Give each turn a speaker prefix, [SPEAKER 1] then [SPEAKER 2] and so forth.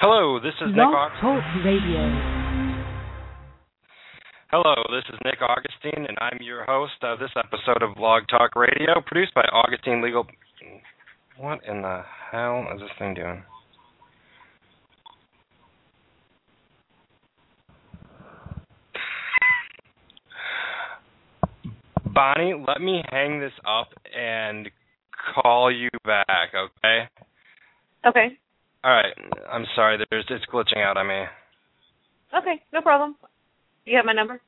[SPEAKER 1] Hello, this is Nick.
[SPEAKER 2] Blog
[SPEAKER 1] Aug-
[SPEAKER 2] Talk Radio.
[SPEAKER 1] Hello, this is Nick Augustine, and I'm your host of this episode of Blog Talk Radio, produced by Augustine Legal. What in the hell is this thing doing? Bonnie, let me hang this up and call you back, okay?
[SPEAKER 3] Okay.
[SPEAKER 1] All right. I'm sorry. There's it's glitching out on me.
[SPEAKER 3] Okay. No problem. You have my number?